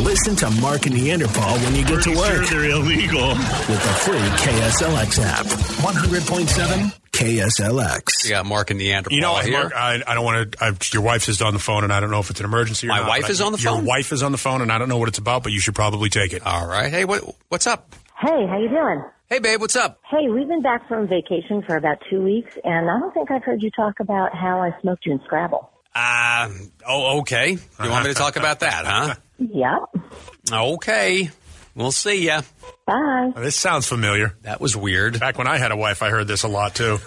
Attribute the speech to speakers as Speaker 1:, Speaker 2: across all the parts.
Speaker 1: Listen to Mark and Neanderthal when you get to
Speaker 2: Sure,
Speaker 1: work
Speaker 2: they're illegal.
Speaker 1: with the free KSLX app. 100.7 KSLX.
Speaker 3: We got Mark and Neanderthal
Speaker 4: You know,
Speaker 3: here.
Speaker 4: Mark, I, I don't want to. Your wife is on the phone, and I don't know if it's an emergency. or
Speaker 3: My
Speaker 4: not,
Speaker 3: wife
Speaker 4: but I-
Speaker 3: is on the
Speaker 4: your
Speaker 3: phone?
Speaker 4: Your wife is on the phone, and I don't know what it's about, but you should probably take it.
Speaker 3: All right. Hey, what what's up?
Speaker 5: Hey, how you doing?
Speaker 3: Hey, babe, what's up?
Speaker 5: Hey, we've been back from vacation for about two weeks, and I don't think I've heard you talk about how I smoked you in Scrabble.
Speaker 3: Uh, oh, okay. You want me to talk about that, huh?
Speaker 5: Yep.
Speaker 3: Okay. We'll see ya.
Speaker 5: Bye.
Speaker 4: This sounds familiar.
Speaker 3: That was weird.
Speaker 4: Back when I had a wife, I heard this a lot too.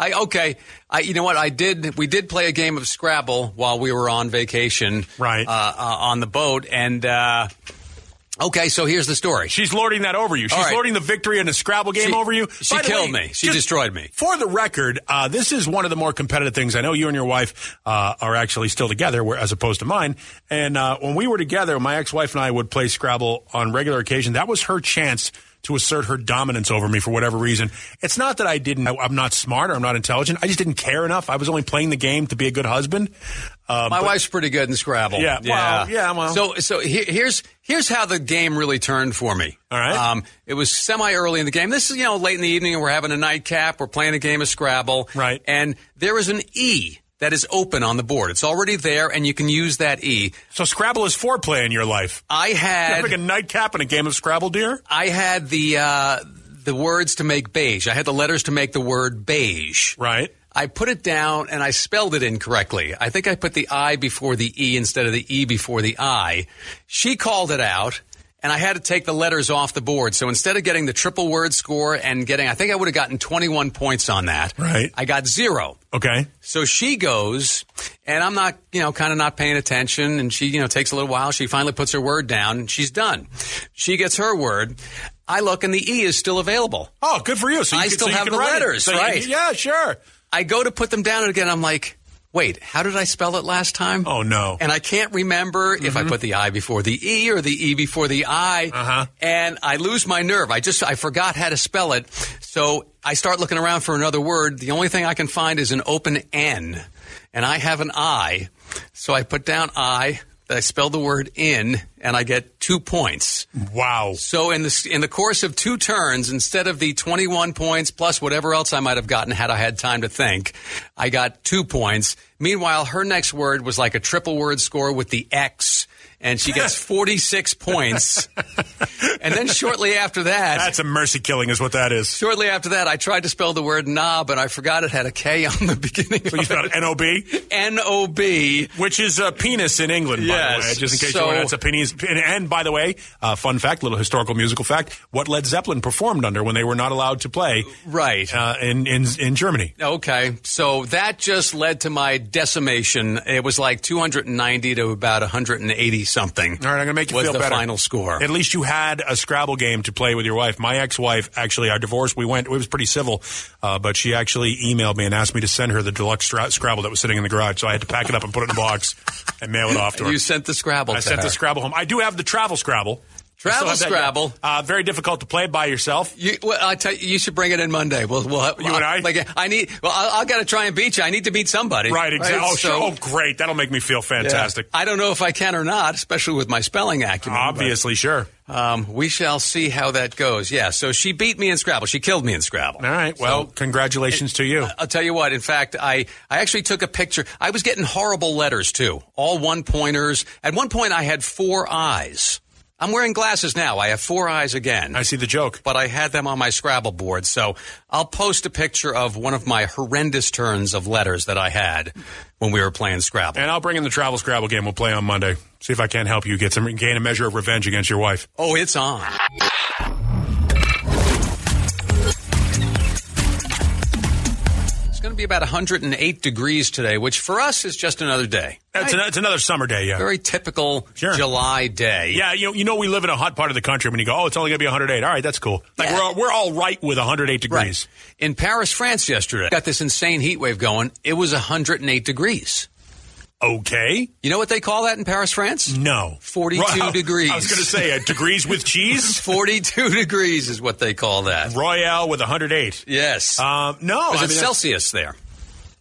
Speaker 3: I okay. I you know what I did. We did play a game of Scrabble while we were on vacation,
Speaker 4: Right.
Speaker 3: Uh, uh, on the boat, and uh, okay. So here's the story.
Speaker 4: She's lording that over you. She's
Speaker 3: All right.
Speaker 4: lording the victory in the Scrabble game
Speaker 3: She-
Speaker 4: over you.
Speaker 3: she
Speaker 4: By the
Speaker 3: killed me. She destroyed me.
Speaker 4: For the record, uh, this is one of the more competitive things. I know you and your wife uh, are actually still together, where, as opposed to mine. And uh, when we were together, my ex-wife and I would play Scrabble on regular occasion. That was her chance to assert her dominance over me for whatever reason. It's not that I didn't. I, I'm not smart or I'm not intelligent. I just didn't care enough. I was only playing the game to be a good husband. Uh,
Speaker 3: My
Speaker 4: but-
Speaker 3: wife's pretty good in Scrabble.
Speaker 4: Yeah, well, yeah, well.
Speaker 3: So, so he- here's here's how the game really turned for me.
Speaker 4: All right.
Speaker 3: Um, it was semi early in the game. This is you know late in the evening, and we're having a nightcap. We're playing a game of Scrabble.
Speaker 4: Right.
Speaker 3: And there is an E that is open on the board. It's already there, and you can use that E.
Speaker 4: So Scrabble is foreplay in your life.
Speaker 3: I had
Speaker 4: Like a nightcap in a game of Scrabble, dear.
Speaker 3: I had the uh, the words to make beige. I had the letters to make the word beige.
Speaker 4: Right.
Speaker 3: I put it down and I spelled it incorrectly. I think I put the I before the E instead of the E before the I. She called it out and I had to take the letters off the board. So instead of getting the triple word score and getting, I think I would have gotten 21 points on that.
Speaker 4: Right.
Speaker 3: I got zero.
Speaker 4: Okay.
Speaker 3: So she goes, and I'm not, you know, kind of not paying attention. And she, you know, takes a little while. She finally puts her word down. And she's done. She gets her word. I look, and the E is still available.
Speaker 4: Oh, good for you. So you
Speaker 3: I
Speaker 4: can-
Speaker 3: still
Speaker 4: so you
Speaker 3: have
Speaker 4: can
Speaker 3: the
Speaker 4: write it.
Speaker 3: letters,
Speaker 4: So you-
Speaker 3: right.
Speaker 4: yeah, sure.
Speaker 3: I go to put them down, and again, I'm like, wait, how did I spell it last time?
Speaker 4: Oh, no. Mm-hmm.
Speaker 3: And I can't remember if I put the I before the E or the E before the I.
Speaker 4: Uh-huh.
Speaker 3: And I lose my nerve. I just, I forgot how to spell it. So I start looking around for another word. The only thing I can find is an open N. And I have an I. So I put down I. I spell the word in, and I get two points.
Speaker 4: Wow.
Speaker 3: So in the in the course of two turns, instead of the 21 points plus whatever else I might have gotten had I had time to think, I got two points. Meanwhile, her next word was like a triple word score with the X, and she gets 46 points. And then shortly after that.
Speaker 4: That's a mercy killing, is what that is.
Speaker 3: Shortly after that, I tried to spell the word knob, and I forgot it had a K on the beginning.
Speaker 4: So you spelled N-O-B,
Speaker 3: N O B.
Speaker 4: which is a penis in England, by
Speaker 3: Yes.
Speaker 4: the way, just in case
Speaker 3: So-
Speaker 4: you want that's a penis. And, and by the way, uh, fun fact, little historical musical fact, what Led Zeppelin performed under when they were not allowed to play
Speaker 3: Right.
Speaker 4: uh, in, in, in Germany.
Speaker 3: Okay, so that just led to my decimation. It was like 290 to about 180 something.
Speaker 4: All right, I'm going to make you
Speaker 3: was
Speaker 4: feel
Speaker 3: the
Speaker 4: better.
Speaker 3: final score.
Speaker 4: At least you had a Scrabble game to play with your wife. My ex-wife, actually, our divorce, we went, it was pretty civil, uh, but she actually emailed me and asked me to send her the deluxe stra- Scrabble that was sitting in the garage. So I had to pack it up and put it in a box and mail it off to her.
Speaker 3: you sent the Scrabble.
Speaker 4: I
Speaker 3: to
Speaker 4: sent
Speaker 3: her.
Speaker 4: the Scrabble home. I do have the travel Scrabble. I still
Speaker 3: Travel
Speaker 4: have that.
Speaker 3: Scrabble?
Speaker 4: Uh, very difficult to play by yourself.
Speaker 3: You, well, I tell you, you should bring it in Monday. We'll, we'll
Speaker 4: You and I?
Speaker 3: Like, I need. Well, I, I got to try and beat you. I need to meet somebody.
Speaker 4: Right, exactly. Oh, sure.
Speaker 3: So-
Speaker 4: oh, great. That'll make me feel
Speaker 3: Yeah.
Speaker 4: fantastic.
Speaker 3: I don't know if I can or not, especially with my spelling acumen. but,
Speaker 4: Obviously, sure.
Speaker 3: um, we shall see how that goes. Yeah. So she beat me in Scrabble. She killed me in Scrabble.
Speaker 4: All right. Well,
Speaker 3: So-
Speaker 4: congratulations to you.
Speaker 3: I'll tell you what. In fact, I, I actually took a picture. I was getting horrible letters too, all one pointers. At one point, I had four eyes. I'm wearing glasses now. I have four eyes again.
Speaker 4: I see the joke.
Speaker 3: But I had them on my Scrabble board, so I'll post a picture of one of my horrendous turns of letters that I had when we were playing Scrabble.
Speaker 4: And I'll bring in the travel Scrabble game. We'll play on Monday. See if I can't help you get some gain a measure of revenge against your wife.
Speaker 3: Oh, it's on. It's going to be about 108 degrees today, which for us is just another day.
Speaker 4: It's, an, it's another summer day, yeah.
Speaker 3: Very typical
Speaker 4: Sure.
Speaker 3: July day.
Speaker 4: yeah, you know, you know we live in a hot part of the country when you go, oh, it's only going to be 108. All right, that's cool. Like, we're, all, we're all right with 108 degrees.
Speaker 3: Right. In Paris, France yesterday, got this insane heat wave going. It was 108 degrees.
Speaker 4: Okay.
Speaker 3: You know what they call that in Paris, France?
Speaker 4: No.
Speaker 3: 42
Speaker 4: Well,
Speaker 3: degrees.
Speaker 4: I was going to say, uh, degrees with cheese?
Speaker 3: 42 degrees is what they call that.
Speaker 4: Royale with 108.
Speaker 3: Yes.
Speaker 4: Um, no.
Speaker 3: Because
Speaker 4: I
Speaker 3: it's
Speaker 4: mean,
Speaker 3: Celsius there.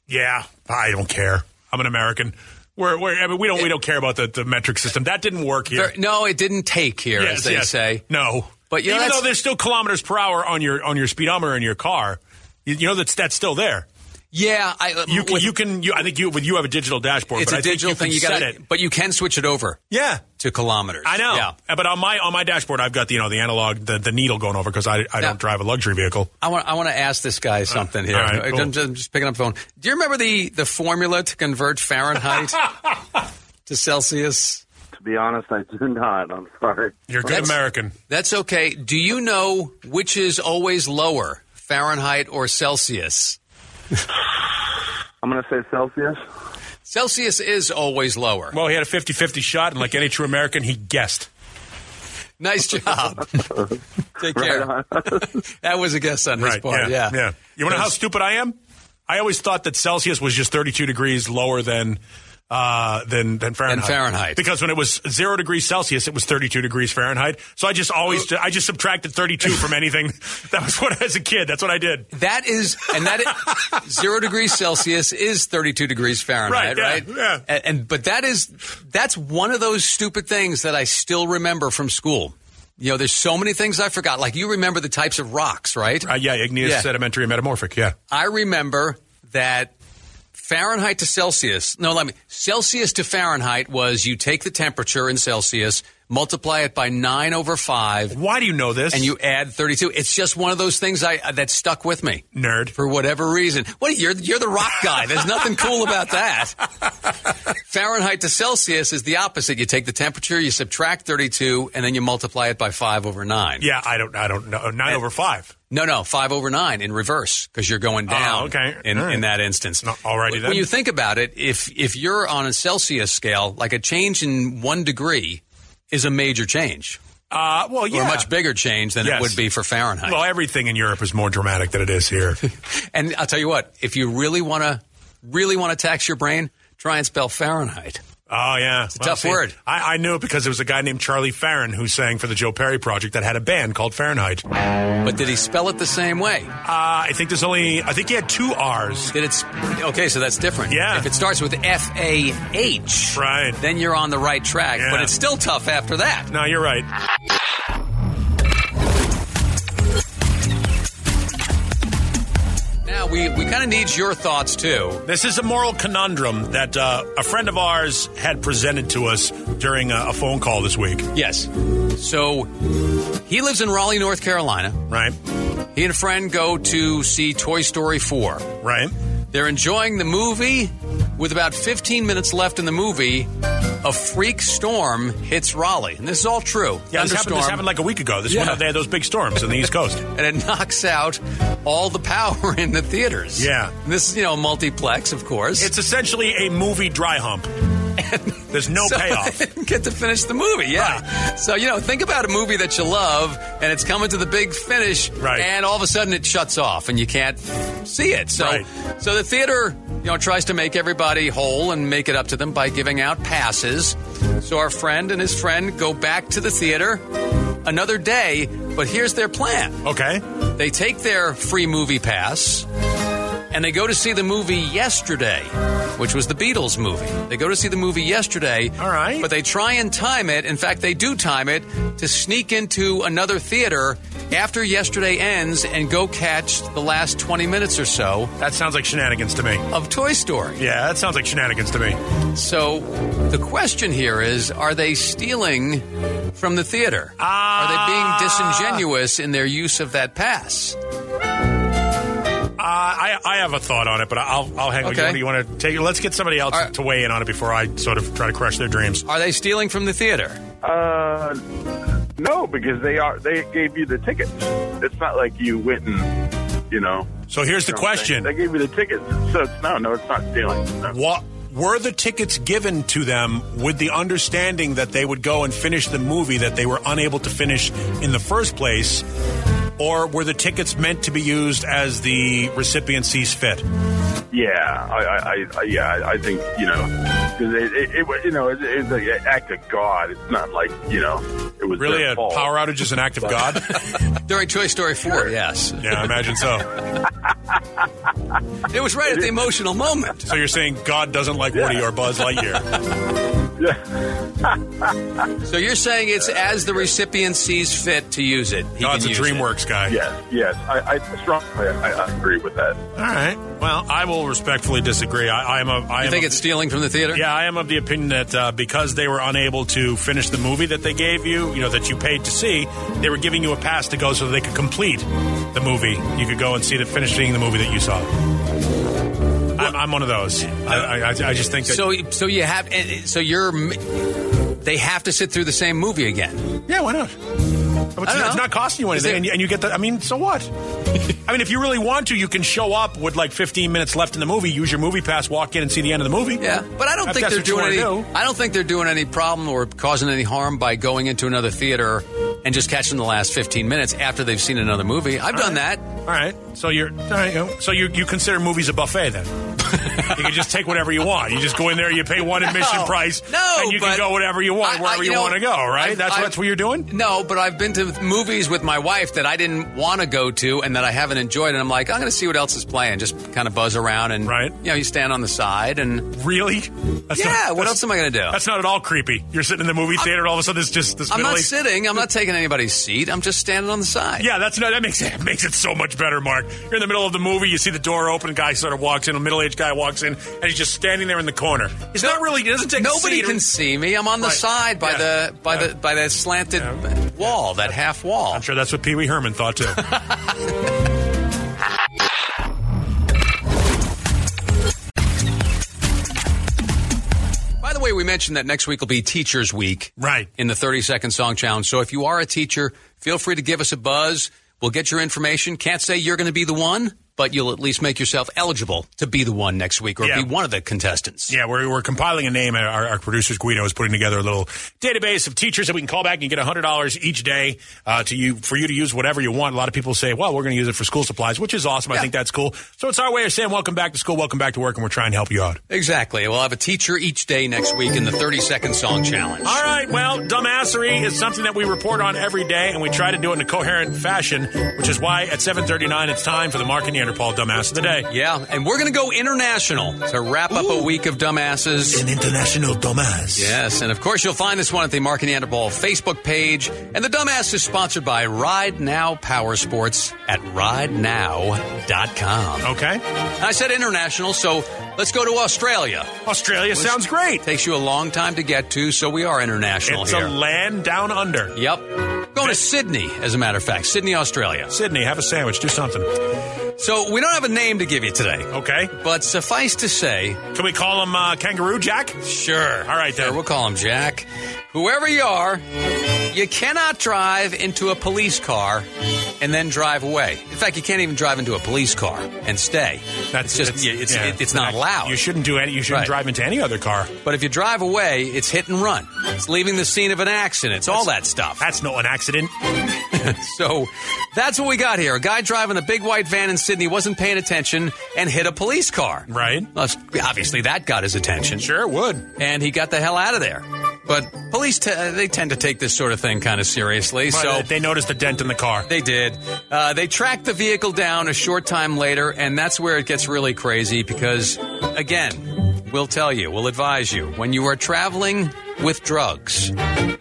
Speaker 4: Yeah, I don't care. I'm an American. Where, where I mean, we don't we don't care about the, the metric system. That didn't work here.
Speaker 3: There- no, it didn't take here, as they say.
Speaker 4: No,
Speaker 3: But, you know,
Speaker 4: even
Speaker 3: that's-
Speaker 4: though there's still kilometers per hour on your on your speedometer in your car, you, you know that's that's still there.
Speaker 3: Yeah, I,
Speaker 4: You can
Speaker 3: with-
Speaker 4: you can you, I think you with you have a digital dashboard.
Speaker 3: it's
Speaker 4: but
Speaker 3: a
Speaker 4: I think
Speaker 3: digital thing.
Speaker 4: can
Speaker 3: You got
Speaker 4: set it.
Speaker 3: but you can switch it over
Speaker 4: Yeah,
Speaker 3: to kilometers.
Speaker 4: I know.
Speaker 3: Yeah.
Speaker 4: Uh, But on my on my dashboard, I've got the you know the analog the, the needle going over because I I
Speaker 3: Now-
Speaker 4: don't drive a luxury vehicle.
Speaker 3: I want I want to ask this guy something here.
Speaker 4: Uh, all right,
Speaker 3: I'm
Speaker 4: cool.
Speaker 3: just- I'm just picking up the phone. Do you remember the the formula to convert Fahrenheit to Celsius?
Speaker 2: To be honest, I do not. I'm sorry.
Speaker 4: You're a good
Speaker 3: That's-
Speaker 4: American.
Speaker 3: That's okay. Do you know which is always lower, Fahrenheit or Celsius?
Speaker 2: I'm going to say Celsius.
Speaker 3: Celsius is always lower.
Speaker 4: Well, he had a 50-50 shot, and like any true American, he guessed.
Speaker 3: Nice job. Take care.
Speaker 2: Right
Speaker 3: That was a guess on his part. Yeah.
Speaker 4: Yeah. You want to know how stupid I am? I always thought that Celsius was just 32 degrees lower than uh, than than Fahrenheit.
Speaker 3: Fahrenheit.
Speaker 4: Because when it was zero degrees Celsius, it was 32 degrees Fahrenheit. So I just always I just subtracted 32 from anything. That was what as a kid. That's what I did.
Speaker 3: That is, and that is, zero degrees Celsius is thirty-two degrees Fahrenheit, right?
Speaker 4: Right, yeah, yeah.
Speaker 3: And, and but that is that's one of those stupid things that I still remember from school. You know, there's so many things I forgot. Like you remember the types of rocks, right?
Speaker 4: Uh, yeah, igneous,
Speaker 3: Yeah.
Speaker 4: sedimentary, and metamorphic. Yeah.
Speaker 3: I remember that Fahrenheit to Celsius. No, let me. Celsius to Fahrenheit was you take the temperature in Celsius, multiply it by nine over five,
Speaker 4: Why do you know this?
Speaker 3: and you add thirty-two. It's just one of those things I that stuck with me
Speaker 4: nerd.
Speaker 3: for whatever reason. What you're you're the rock guy. There's nothing cool about that. Fahrenheit to Celsius is the opposite. You take the temperature, you subtract 32, and then you multiply it by five over nine.
Speaker 4: Yeah, I don't I don't know.
Speaker 3: Uh,
Speaker 4: 9 over 5.
Speaker 3: No, no, five over nine in reverse because you're going down.
Speaker 4: Oh, okay.
Speaker 3: In,
Speaker 4: All right.
Speaker 3: in that instance.
Speaker 4: No, alrighty
Speaker 3: When
Speaker 4: then.
Speaker 3: you think about it, if if you're on a Celsius scale, like a change in one degree is a major change,
Speaker 4: Uh, well, yeah.
Speaker 3: or a much bigger change than it
Speaker 4: Yes.
Speaker 3: would be for Fahrenheit.
Speaker 4: Well, everything in Europe is more dramatic than it is here.
Speaker 3: And I'll tell you what, if you really want to, really want to tax your brain, try and spell Fahrenheit.
Speaker 4: Oh yeah, it's
Speaker 3: a tough word.
Speaker 4: I, I knew it because there was a guy named Charlie Farron who sang for the Joe Perry Project that had a band called Fahrenheit. Uh,
Speaker 3: But did he spell it the same way?
Speaker 4: I think there's only I think he had two R's.
Speaker 3: Did it's okay? So that's different.
Speaker 4: Yeah.
Speaker 3: If it starts with F A H,
Speaker 4: Right.
Speaker 3: Then you're on the right track.
Speaker 4: Yeah.
Speaker 3: But it's still tough after that.
Speaker 4: No, you're right.
Speaker 3: Now we we kind of need your thoughts too.
Speaker 4: This is a moral conundrum that uh, a friend of ours had presented to us during a, a phone call this week.
Speaker 3: Yes. So he lives in Raleigh, North Carolina.
Speaker 4: Right,
Speaker 3: He and a friend go to see Toy Story 4.
Speaker 4: right.
Speaker 3: They're enjoying the movie. With about 15 minutes left in the movie, a freak storm hits Raleigh. And this is all true.
Speaker 4: Yeah, this happened, this
Speaker 3: Thunderstorm.
Speaker 4: happened like a week ago. This
Speaker 3: Yeah.
Speaker 4: one, they had those big storms in the East Coast.
Speaker 3: and it knocks out all the power in the theaters.
Speaker 4: Yeah.
Speaker 3: And this is, you know, multiplex, of course.
Speaker 4: It's essentially a movie dry hump. There's no
Speaker 3: so
Speaker 4: payoff.
Speaker 3: they didn't get to finish the movie, yeah. So, you know, think about a movie that you love and it's coming to the big finish
Speaker 4: Right.
Speaker 3: and all of a sudden it shuts off and you can't see it. So
Speaker 4: Right.
Speaker 3: so the theater, you know, tries to make everybody whole and make it up to them by giving out passes. So our friend and his friend go back to the theater another day, but here's their plan.
Speaker 4: Okay.
Speaker 3: They take their free movie pass and they go to see the movie yesterday, which was the Beatles movie. They go to see the movie yesterday.
Speaker 4: All right.
Speaker 3: But they try and time it. In fact, they do time it to sneak into another theater after yesterday ends and go catch the last 20 minutes or so
Speaker 4: That sounds like shenanigans to me.
Speaker 3: of Toy Story.
Speaker 4: Yeah, that sounds like shenanigans to me.
Speaker 3: So the question here is are they stealing from the theater? Are they being
Speaker 4: Ah.
Speaker 3: disingenuous in their use of that pass?
Speaker 4: Uh, I, I have a thought on it, but I'll, I'll hang with you.
Speaker 3: Okay.
Speaker 4: What do You want to take? Let's get somebody else
Speaker 3: All right.
Speaker 4: to weigh in on it before I sort of try to crush their dreams.
Speaker 3: Are they stealing from the theater?
Speaker 6: Uh, no, because they are they gave you the tickets. It's not like you went and you know.
Speaker 4: So here's the
Speaker 6: you know,
Speaker 4: question:
Speaker 6: They, they gave you the tickets, so it's no, no, it's not stealing. No.
Speaker 4: What were the tickets given to them with the understanding that they would go and finish the movie that they were unable to finish in the first place, or were the tickets meant to be used as the recipient sees fit?
Speaker 6: Yeah, I, I, I- I yeah, I- I think you know, because it, it, it, was- you know, it, it's like an act of God. It's not like you know, it was
Speaker 4: Really,
Speaker 6: their
Speaker 4: a
Speaker 6: fault.
Speaker 4: power outage is an act of God?
Speaker 3: During Toy Story 4, yes.
Speaker 4: yeah, I imagine so.
Speaker 3: It was right at the emotional moment.
Speaker 4: So you're saying God doesn't like Woody or Buzz Lightyear?
Speaker 3: So you're saying it's as the recipient sees fit to use it. he
Speaker 4: God's a
Speaker 3: can use it.
Speaker 4: DreamWorks guy.
Speaker 6: Yes, yes. I, I strongly I, I agree with that.
Speaker 4: All right. Well, I will respectfully disagree. I, I am a. I
Speaker 3: You
Speaker 4: am
Speaker 3: think
Speaker 4: a-
Speaker 3: it's stealing from the theater?
Speaker 4: Yeah, I am of the opinion that uh, because they were unable to finish the movie that they gave you, you know, that you paid to see, they were giving you a pass to go so they could complete the movie. You could go and see the finishing the movie that you saw. I'm, I'm one of those. I, I, I just think that.
Speaker 3: So so you have so you're they have to sit through the same movie again.
Speaker 4: yeah, why not? It's,
Speaker 3: I don't
Speaker 4: it's
Speaker 3: know.
Speaker 4: not costing you
Speaker 3: Is
Speaker 4: anything,
Speaker 3: it-
Speaker 4: and, you, and you get the. I mean, so what? I mean, if you really want to, you can show up with like 15 minutes left in the movie, use your movie pass, walk in, and see the end of the movie.
Speaker 3: Yeah, but I don't
Speaker 4: If
Speaker 3: think
Speaker 4: that's
Speaker 3: they're
Speaker 4: what you
Speaker 3: doing any.
Speaker 4: wanna do.
Speaker 3: I don't think they're doing any problem or causing any harm by going into another theater and just catching the last 15 minutes after they've seen another movie. I've done that.
Speaker 4: All right. So you're all right, you know, so you you consider movies a buffet then? you can just take whatever you want. You just go in there, you pay one admission
Speaker 3: No.
Speaker 4: price,
Speaker 3: No,
Speaker 4: and you
Speaker 3: but
Speaker 4: can go whatever you want,
Speaker 3: I- I-
Speaker 4: wherever
Speaker 3: you
Speaker 4: you,
Speaker 3: know,
Speaker 4: want to go. Right?
Speaker 3: I've-
Speaker 4: that's
Speaker 3: I've-
Speaker 4: that's what you're doing.
Speaker 3: No, but I've been to movies with my wife that I didn't want to go to and that I haven't enjoyed, and I'm like, I'm going to see what else is playing. Just kind of buzz around and
Speaker 4: Right.
Speaker 3: You know, you stand on the side and
Speaker 4: Really? That's
Speaker 3: yeah.
Speaker 4: not-
Speaker 3: what
Speaker 4: that's-
Speaker 3: else am I going to do?
Speaker 4: That's not at all creepy. You're sitting in the movie theater, and all of a sudden it's just this.
Speaker 3: I'm
Speaker 4: middle
Speaker 3: not
Speaker 4: aged-
Speaker 3: sitting. I'm not taking anybody's seat. I'm just standing on the side.
Speaker 4: Yeah, that's no, that makes it makes it so much better, Mark. You're in the middle of the movie, you see the door open, guy sort of walks in, a middle aged guy walks in, and he's just standing there in the corner. He's not really. He doesn't take.
Speaker 3: Nobody
Speaker 4: a seat or-
Speaker 3: can see me. I'm on the
Speaker 4: Right.
Speaker 3: side by
Speaker 4: Yeah.
Speaker 3: the by
Speaker 4: Yeah.
Speaker 3: the by that slanted
Speaker 4: Yeah.
Speaker 3: wall, that half wall.
Speaker 4: I'm sure that's what Pee Wee Herman thought too.
Speaker 3: By the way, we mentioned that next week will be Teachers Week.
Speaker 4: Right.
Speaker 3: In the 30 Second Song Challenge. So if you are a teacher, feel free to give us a buzz. We'll get your information. Can't say you're going to be the one, but you'll at least make yourself eligible to be the one next week or
Speaker 4: Yeah.
Speaker 3: be one of the contestants.
Speaker 4: Yeah, we're, we're compiling a name. Our, our producer Guido is putting together a little database of teachers that we can call back and get hundred dollars each day uh, to you for you to use whatever you want. A lot of people say, "Well, we're going to use it for school supplies," which is awesome. I
Speaker 3: Yeah.
Speaker 4: think that's cool. So it's our way of saying, "Welcome back to school, welcome back to work," and we're trying to help you out.
Speaker 3: Exactly. We'll have a teacher each day next week in the 30 Second Song Challenge.
Speaker 4: All right. Well, dumbassery is something that we report on every day, and we try to do it in a coherent fashion, which is why at seven thirty nine it's time for the Mark and Neanderthal Dumbass of the Day.
Speaker 3: Yeah, and we're going to go international to wrap up a week of dumbasses.
Speaker 4: An international dumbass.
Speaker 3: Yes, and of course you'll find this one at the Mark and Neanderthal Facebook page. And the dumbass is sponsored by Ride Now Power Sports at ridenow.com.
Speaker 4: Okay.
Speaker 3: I said international, so let's go to Australia.
Speaker 4: Australia sounds great.
Speaker 3: Takes you a long time to get to, so we are international
Speaker 4: It's
Speaker 3: here.
Speaker 4: a land down under.
Speaker 3: yep. Going to Sydney, as a matter of fact, Sydney, Australia.
Speaker 4: Sydney, have a sandwich. Do something.
Speaker 3: So we don't have a name to give you today,
Speaker 4: Okay.
Speaker 3: but suffice to say,
Speaker 4: Can we call him uh, Kangaroo Jack?
Speaker 3: Sure.
Speaker 4: All right,
Speaker 3: Sure,
Speaker 4: then.
Speaker 3: we'll call him Jack. Whoever you are, you cannot drive into a police car and then drive away. In fact, you can't even drive into a police car and stay. It's just yeah, it's,
Speaker 4: yeah.
Speaker 3: it- it's not allowed.
Speaker 4: You shouldn't do any. You shouldn't
Speaker 3: Right.
Speaker 4: drive into any other car.
Speaker 3: But if you drive away, it's hit and run. It's leaving the scene of an accident. It's all that stuff.
Speaker 4: That's not an accident.
Speaker 3: So that's what we got here. A guy driving a big white van in Sydney wasn't paying attention and hit a police car.
Speaker 4: Right.
Speaker 3: Well, Obviously, that got his attention.
Speaker 4: Sure, it would.
Speaker 3: and he got the hell out of there. But police, t- they tend to take this sort of thing kind of seriously.
Speaker 4: But
Speaker 3: so
Speaker 4: uh, they noticed a dent in the car.
Speaker 3: they did. Uh, they tracked the vehicle down a short time later, and that's where it gets really crazy because, again, we'll tell you, we'll advise you, when you are traveling with drugs,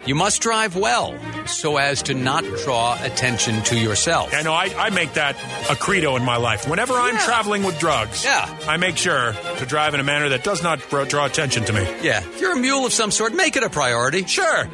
Speaker 3: you must drive well so as to not draw attention to yourself.
Speaker 4: I know. I, I make that a credo in my life. Whenever I'm
Speaker 3: Yeah.
Speaker 4: traveling with drugs,
Speaker 3: Yeah.
Speaker 4: I make sure to drive in a manner that does not draw, draw attention to me.
Speaker 3: Yeah, if you're a mule of some sort, make it a priority.
Speaker 4: Sure.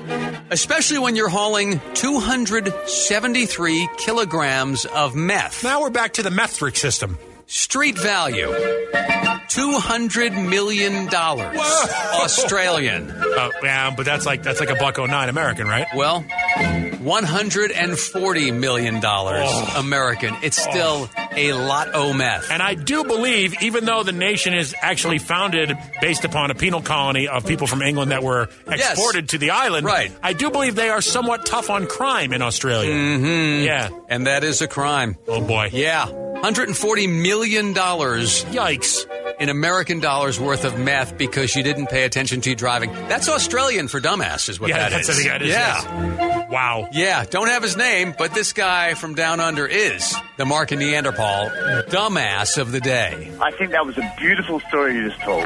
Speaker 3: Especially when you're hauling 273 kilograms of meth.
Speaker 4: Now we're back to the metric system.
Speaker 3: Street value $200 million
Speaker 4: Whoa.
Speaker 3: Australian.
Speaker 4: Uh, yeah, but that's like that's like a buck 09 American, right?
Speaker 3: Well, $140 million American. It's still a lot o meth.
Speaker 4: Oh. And I do believe, even though the nation is actually founded based upon a penal colony of people from England that were exported to the island,
Speaker 3: Right.
Speaker 4: I do believe they are somewhat tough on crime in Australia. Mm-hmm. Yeah.
Speaker 3: And that is a crime.
Speaker 4: Oh boy.
Speaker 3: Yeah. $140 million
Speaker 4: Yikes.
Speaker 3: in American dollars worth of meth because you didn't pay attention to your driving. That's Australian for dumbass, is what
Speaker 4: Yeah,
Speaker 3: that
Speaker 4: that's
Speaker 3: is.
Speaker 4: I think that is,
Speaker 3: Yeah.
Speaker 4: yes. Wow.
Speaker 3: Yeah, don't have his name, but this guy from down under is the Mark and Neanderthal dumbass of the day.
Speaker 7: I think that was a beautiful story you just told.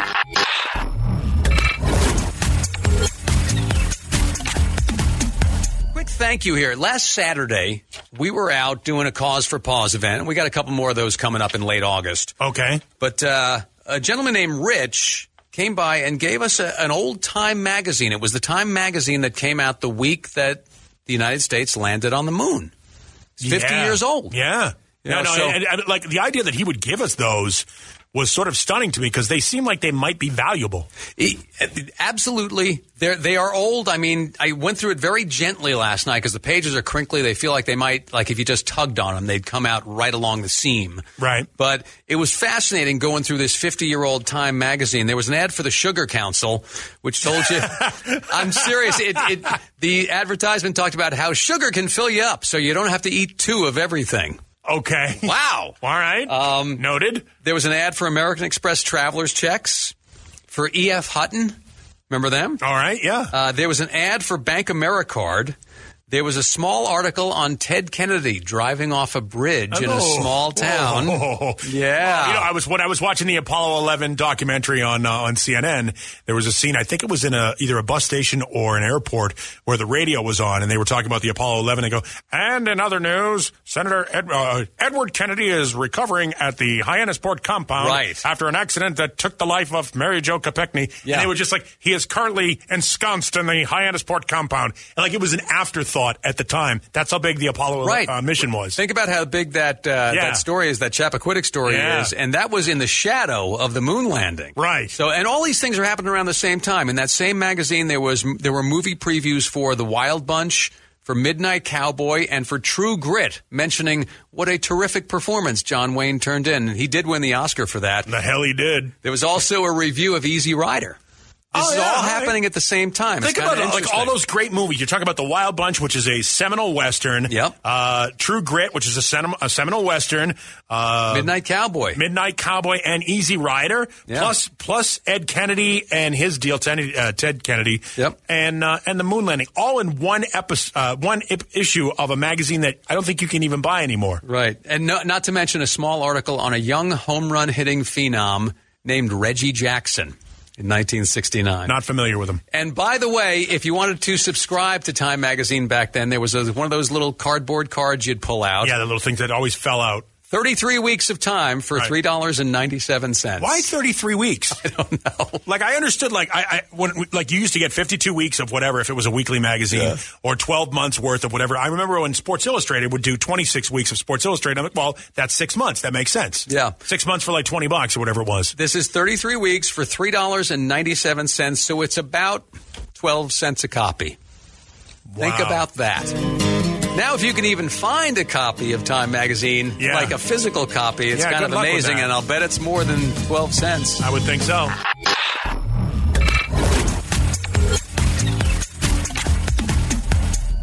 Speaker 3: Quick thank you here. Last Saturday, we were out doing a Cause for Pause event, and we got a couple more of those coming up in late August.
Speaker 4: Okay.
Speaker 3: But uh, a gentleman named Rich came by and gave us a, an old Time magazine. It was the Time magazine that came out the week that the United States landed on the moon. It's 50
Speaker 4: Yeah.
Speaker 3: years old.
Speaker 4: Yeah.
Speaker 3: You
Speaker 4: no,
Speaker 3: know,
Speaker 4: no.
Speaker 3: so-
Speaker 4: and, and, like the idea that he would give us those was sort of stunning to me because they seem like they might be valuable.
Speaker 3: E- Absolutely, they they are old. I mean, I went through it very gently last night because the pages are crinkly. They feel like they might, like if you just tugged on them, they'd come out right along the seam.
Speaker 4: Right.
Speaker 3: But it was fascinating going through this 50 year old Time magazine. There was an ad for the Sugar Council, which told you, I'm serious. It, it, the advertisement talked about how sugar can fill you up, so you don't have to eat two of everything.
Speaker 4: Okay.
Speaker 3: Wow.
Speaker 4: All right. Um, Noted.
Speaker 3: There was an ad for American Express travelers checks for E.F. Hutton. Remember them?
Speaker 4: All right. Yeah.
Speaker 3: Uh, there was an ad for Bank AmeriCard. There was a small article on Ted Kennedy driving off a bridge in a
Speaker 4: Oh.
Speaker 3: small town.
Speaker 4: Oh.
Speaker 3: Yeah.
Speaker 4: You know, I was when I was watching the Apollo 11 documentary on uh, on CNN. There was a scene. I think it was in a either a bus station or an airport where the radio was on, and they were talking about the Apollo 11. They go, and in other news, Senator Ed, uh, Edward Kennedy is recovering at the Hyannisport compound
Speaker 3: Right.
Speaker 4: after an accident that took the life of Mary Jo Kopechne.
Speaker 3: Yeah.
Speaker 4: And they were just like, he is currently ensconced in the Hyannisport compound, and like it was an afterthought at the time. That's how big the Apollo
Speaker 3: Right.
Speaker 4: uh, mission was.
Speaker 3: Think about how big that uh, that story is, that Chappaquiddick story
Speaker 4: Yeah.
Speaker 3: is, and that was in the shadow of the moon landing.
Speaker 4: Right.
Speaker 3: So, and all these things are happening around the same time. In that same magazine, there was there were movie previews for The Wild Bunch, for Midnight Cowboy, and for True Grit, mentioning what a terrific performance John Wayne turned in. He did win the Oscar for that.
Speaker 4: the hell he did.
Speaker 3: There was also a review of Easy Rider. This
Speaker 4: Oh,
Speaker 3: is
Speaker 4: yeah,
Speaker 3: all
Speaker 4: all right.
Speaker 3: happening at the same time.
Speaker 4: Think
Speaker 3: it's kinda
Speaker 4: about it, like
Speaker 3: interesting.
Speaker 4: all those great movies. You're talking about The Wild Bunch, which is a seminal western.
Speaker 3: Yep.
Speaker 4: Uh, True Grit, which is a, senim- a seminal western. Uh,
Speaker 3: Midnight Cowboy.
Speaker 4: Midnight Cowboy and Easy Rider.
Speaker 3: Yeah.
Speaker 4: Plus, plus Ed Kennedy and his deal, Ten- uh, Ted Kennedy.
Speaker 3: Yep.
Speaker 4: And uh, and the moon landing, all in one episode, uh, one ip- issue of a magazine that I don't think you can even buy anymore.
Speaker 3: right, and no, not to mention a small article on a young home run hitting phenom named Reggie Jackson in 1969.
Speaker 4: Not familiar with them.
Speaker 3: and by the way, if you wanted to subscribe to Time magazine back then, there was a, one of those little cardboard cards you'd pull out.
Speaker 4: Yeah, the little things that always fell out.
Speaker 3: 33 weeks of time for
Speaker 4: Right.
Speaker 3: $3.97.
Speaker 4: Why 33 weeks? I don't know. Like I understood like I, I when like you used to get 52 weeks of whatever if it was a weekly magazine or 12 months worth of whatever. I remember when Sports Illustrated would do 26 weeks of Sports Illustrated. I'm like, well, that's 6 months. That makes sense.
Speaker 3: Yeah.
Speaker 4: 6 months for like 20 bucks or whatever it was.
Speaker 3: This is 33 weeks for $3.97, so it's about 12 cents a copy. Think
Speaker 4: Wow.
Speaker 3: about that. Now, if you can even find a copy of Time Magazine,
Speaker 4: Yeah.
Speaker 3: like a physical copy, it's
Speaker 4: Yeah,
Speaker 3: kind
Speaker 4: good
Speaker 3: of
Speaker 4: luck with
Speaker 3: amazing,
Speaker 4: that. Uh,
Speaker 3: and I'll bet it's more than 12 cents.
Speaker 4: I would think so.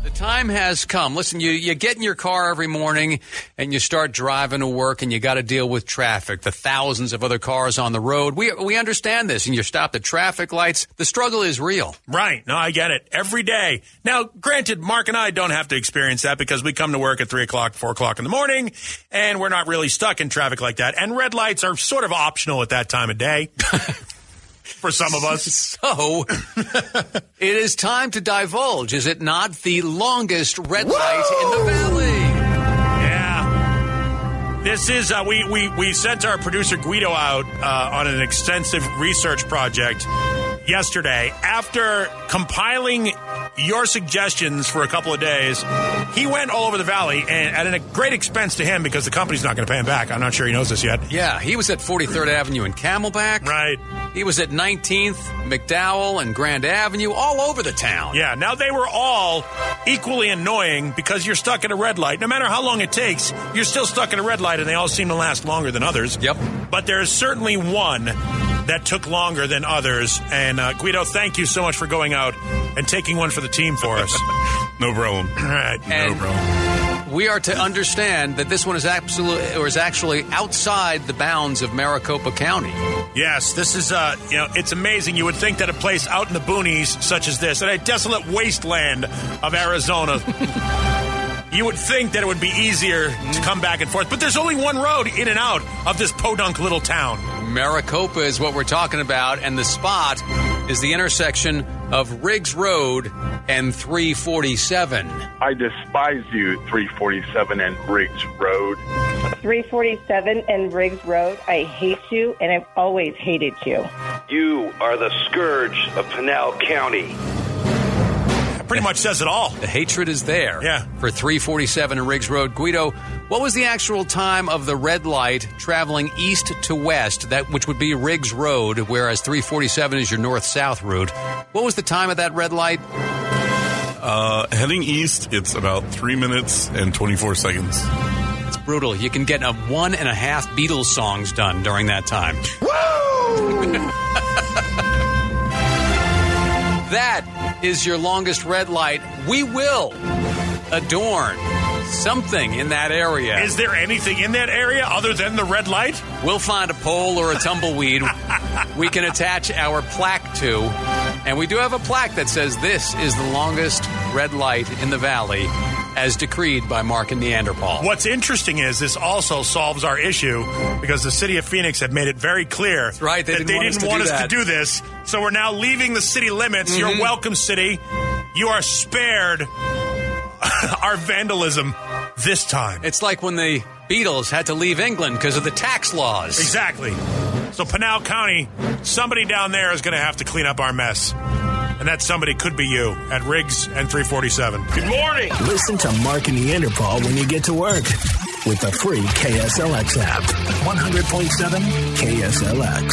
Speaker 3: The time has come. Listen, you, you get in your car every morning and you start driving to work and you got to deal with traffic, the thousands of other cars on the road. We, we understand this, and you stop at traffic lights. The struggle is real.
Speaker 4: Right. No, I get it. Every day. Now, granted, Mark and I don't have to experience that because we come to work at 3 o'clock, 4 o'clock in the morning, and we're not really stuck in traffic like that. And red lights are sort of optional at that time of day for some of us.
Speaker 3: So Oh. it is time to divulge, is it not? The longest red light in the valley.
Speaker 4: Yeah. This is, uh, we, we, we sent our producer Guido out uh, on an extensive research project yesterday. After compiling your suggestions for a couple of days, he went all over the valley and at a great expense to him because the company's not going to pay him back. I'm not sure he knows this yet.
Speaker 3: Yeah, he was at 43rd Avenue and Camelback.
Speaker 4: Right.
Speaker 3: He was at 19th, McDowell, and Grand Avenue, all over the town.
Speaker 4: Yeah, now they were all equally annoying because you're stuck at a red light. No matter how long it takes, you're still stuck at a red light, and they all seem to last longer than others.
Speaker 3: Yep.
Speaker 4: But there is certainly one that took longer than others. And uh, Guido, thank you so much for going out and taking one for the team for us.
Speaker 6: No problem.
Speaker 4: all right.
Speaker 3: And we are to understand that this one is absolutely or is actually outside the bounds of Maricopa County.
Speaker 4: Yes, this is, uh, you know, it's amazing. You would think that a place out in the boonies such as this, in a desolate wasteland of Arizona, you would think that it would be easier to come back and forth. But there's only one road in and out of this podunk little town.
Speaker 3: Maricopa is what we're talking about, and the spot is the intersection of Riggs Road and 347.
Speaker 6: I despise you, 347 and Briggs Road.
Speaker 8: 347 and Riggs Road. I hate you, and I've always hated you.
Speaker 9: You are the scourge of Pinal County.
Speaker 4: That pretty much says it all.
Speaker 3: The hatred is there
Speaker 4: Yeah.
Speaker 3: for 347 and Riggs Road. Guido, what was the actual time of the red light traveling east to west, that which would be Riggs Road, whereas 347 is your north-south route? What was the time of that red light?
Speaker 10: Uh, heading east, it's about three minutes and 24 seconds.
Speaker 3: It's brutal. You can get a one and a half Beatles songs done during that time. that is your longest red light. We will adorn something in that area.
Speaker 4: Is there anything in that area other than the red light?
Speaker 3: We'll find a pole or a tumbleweed we can attach our plaque to. And we do have a plaque that says this is the longest red light in the valley as decreed by Mark and Neanderthal.
Speaker 4: What's interesting is this also solves our issue because the city of Phoenix had made it very clear
Speaker 3: right, they didn't
Speaker 4: that they
Speaker 3: want us to
Speaker 4: didn't want
Speaker 3: do
Speaker 4: us to
Speaker 3: that. Mm-hmm.
Speaker 4: do this. So we're now leaving the city limits. You're welcome, city. You are spared our vandalism this time.
Speaker 3: It's like when the Beatles had to leave England because of the tax laws.
Speaker 4: exactly. So Pinal County, somebody down there is going to have to clean up our mess. And that somebody could be you at Riggs and 347.
Speaker 7: Good morning.
Speaker 1: Listen to Mark and Neanderthal when you get to work with the free KSLX app. 100.7 KSLX.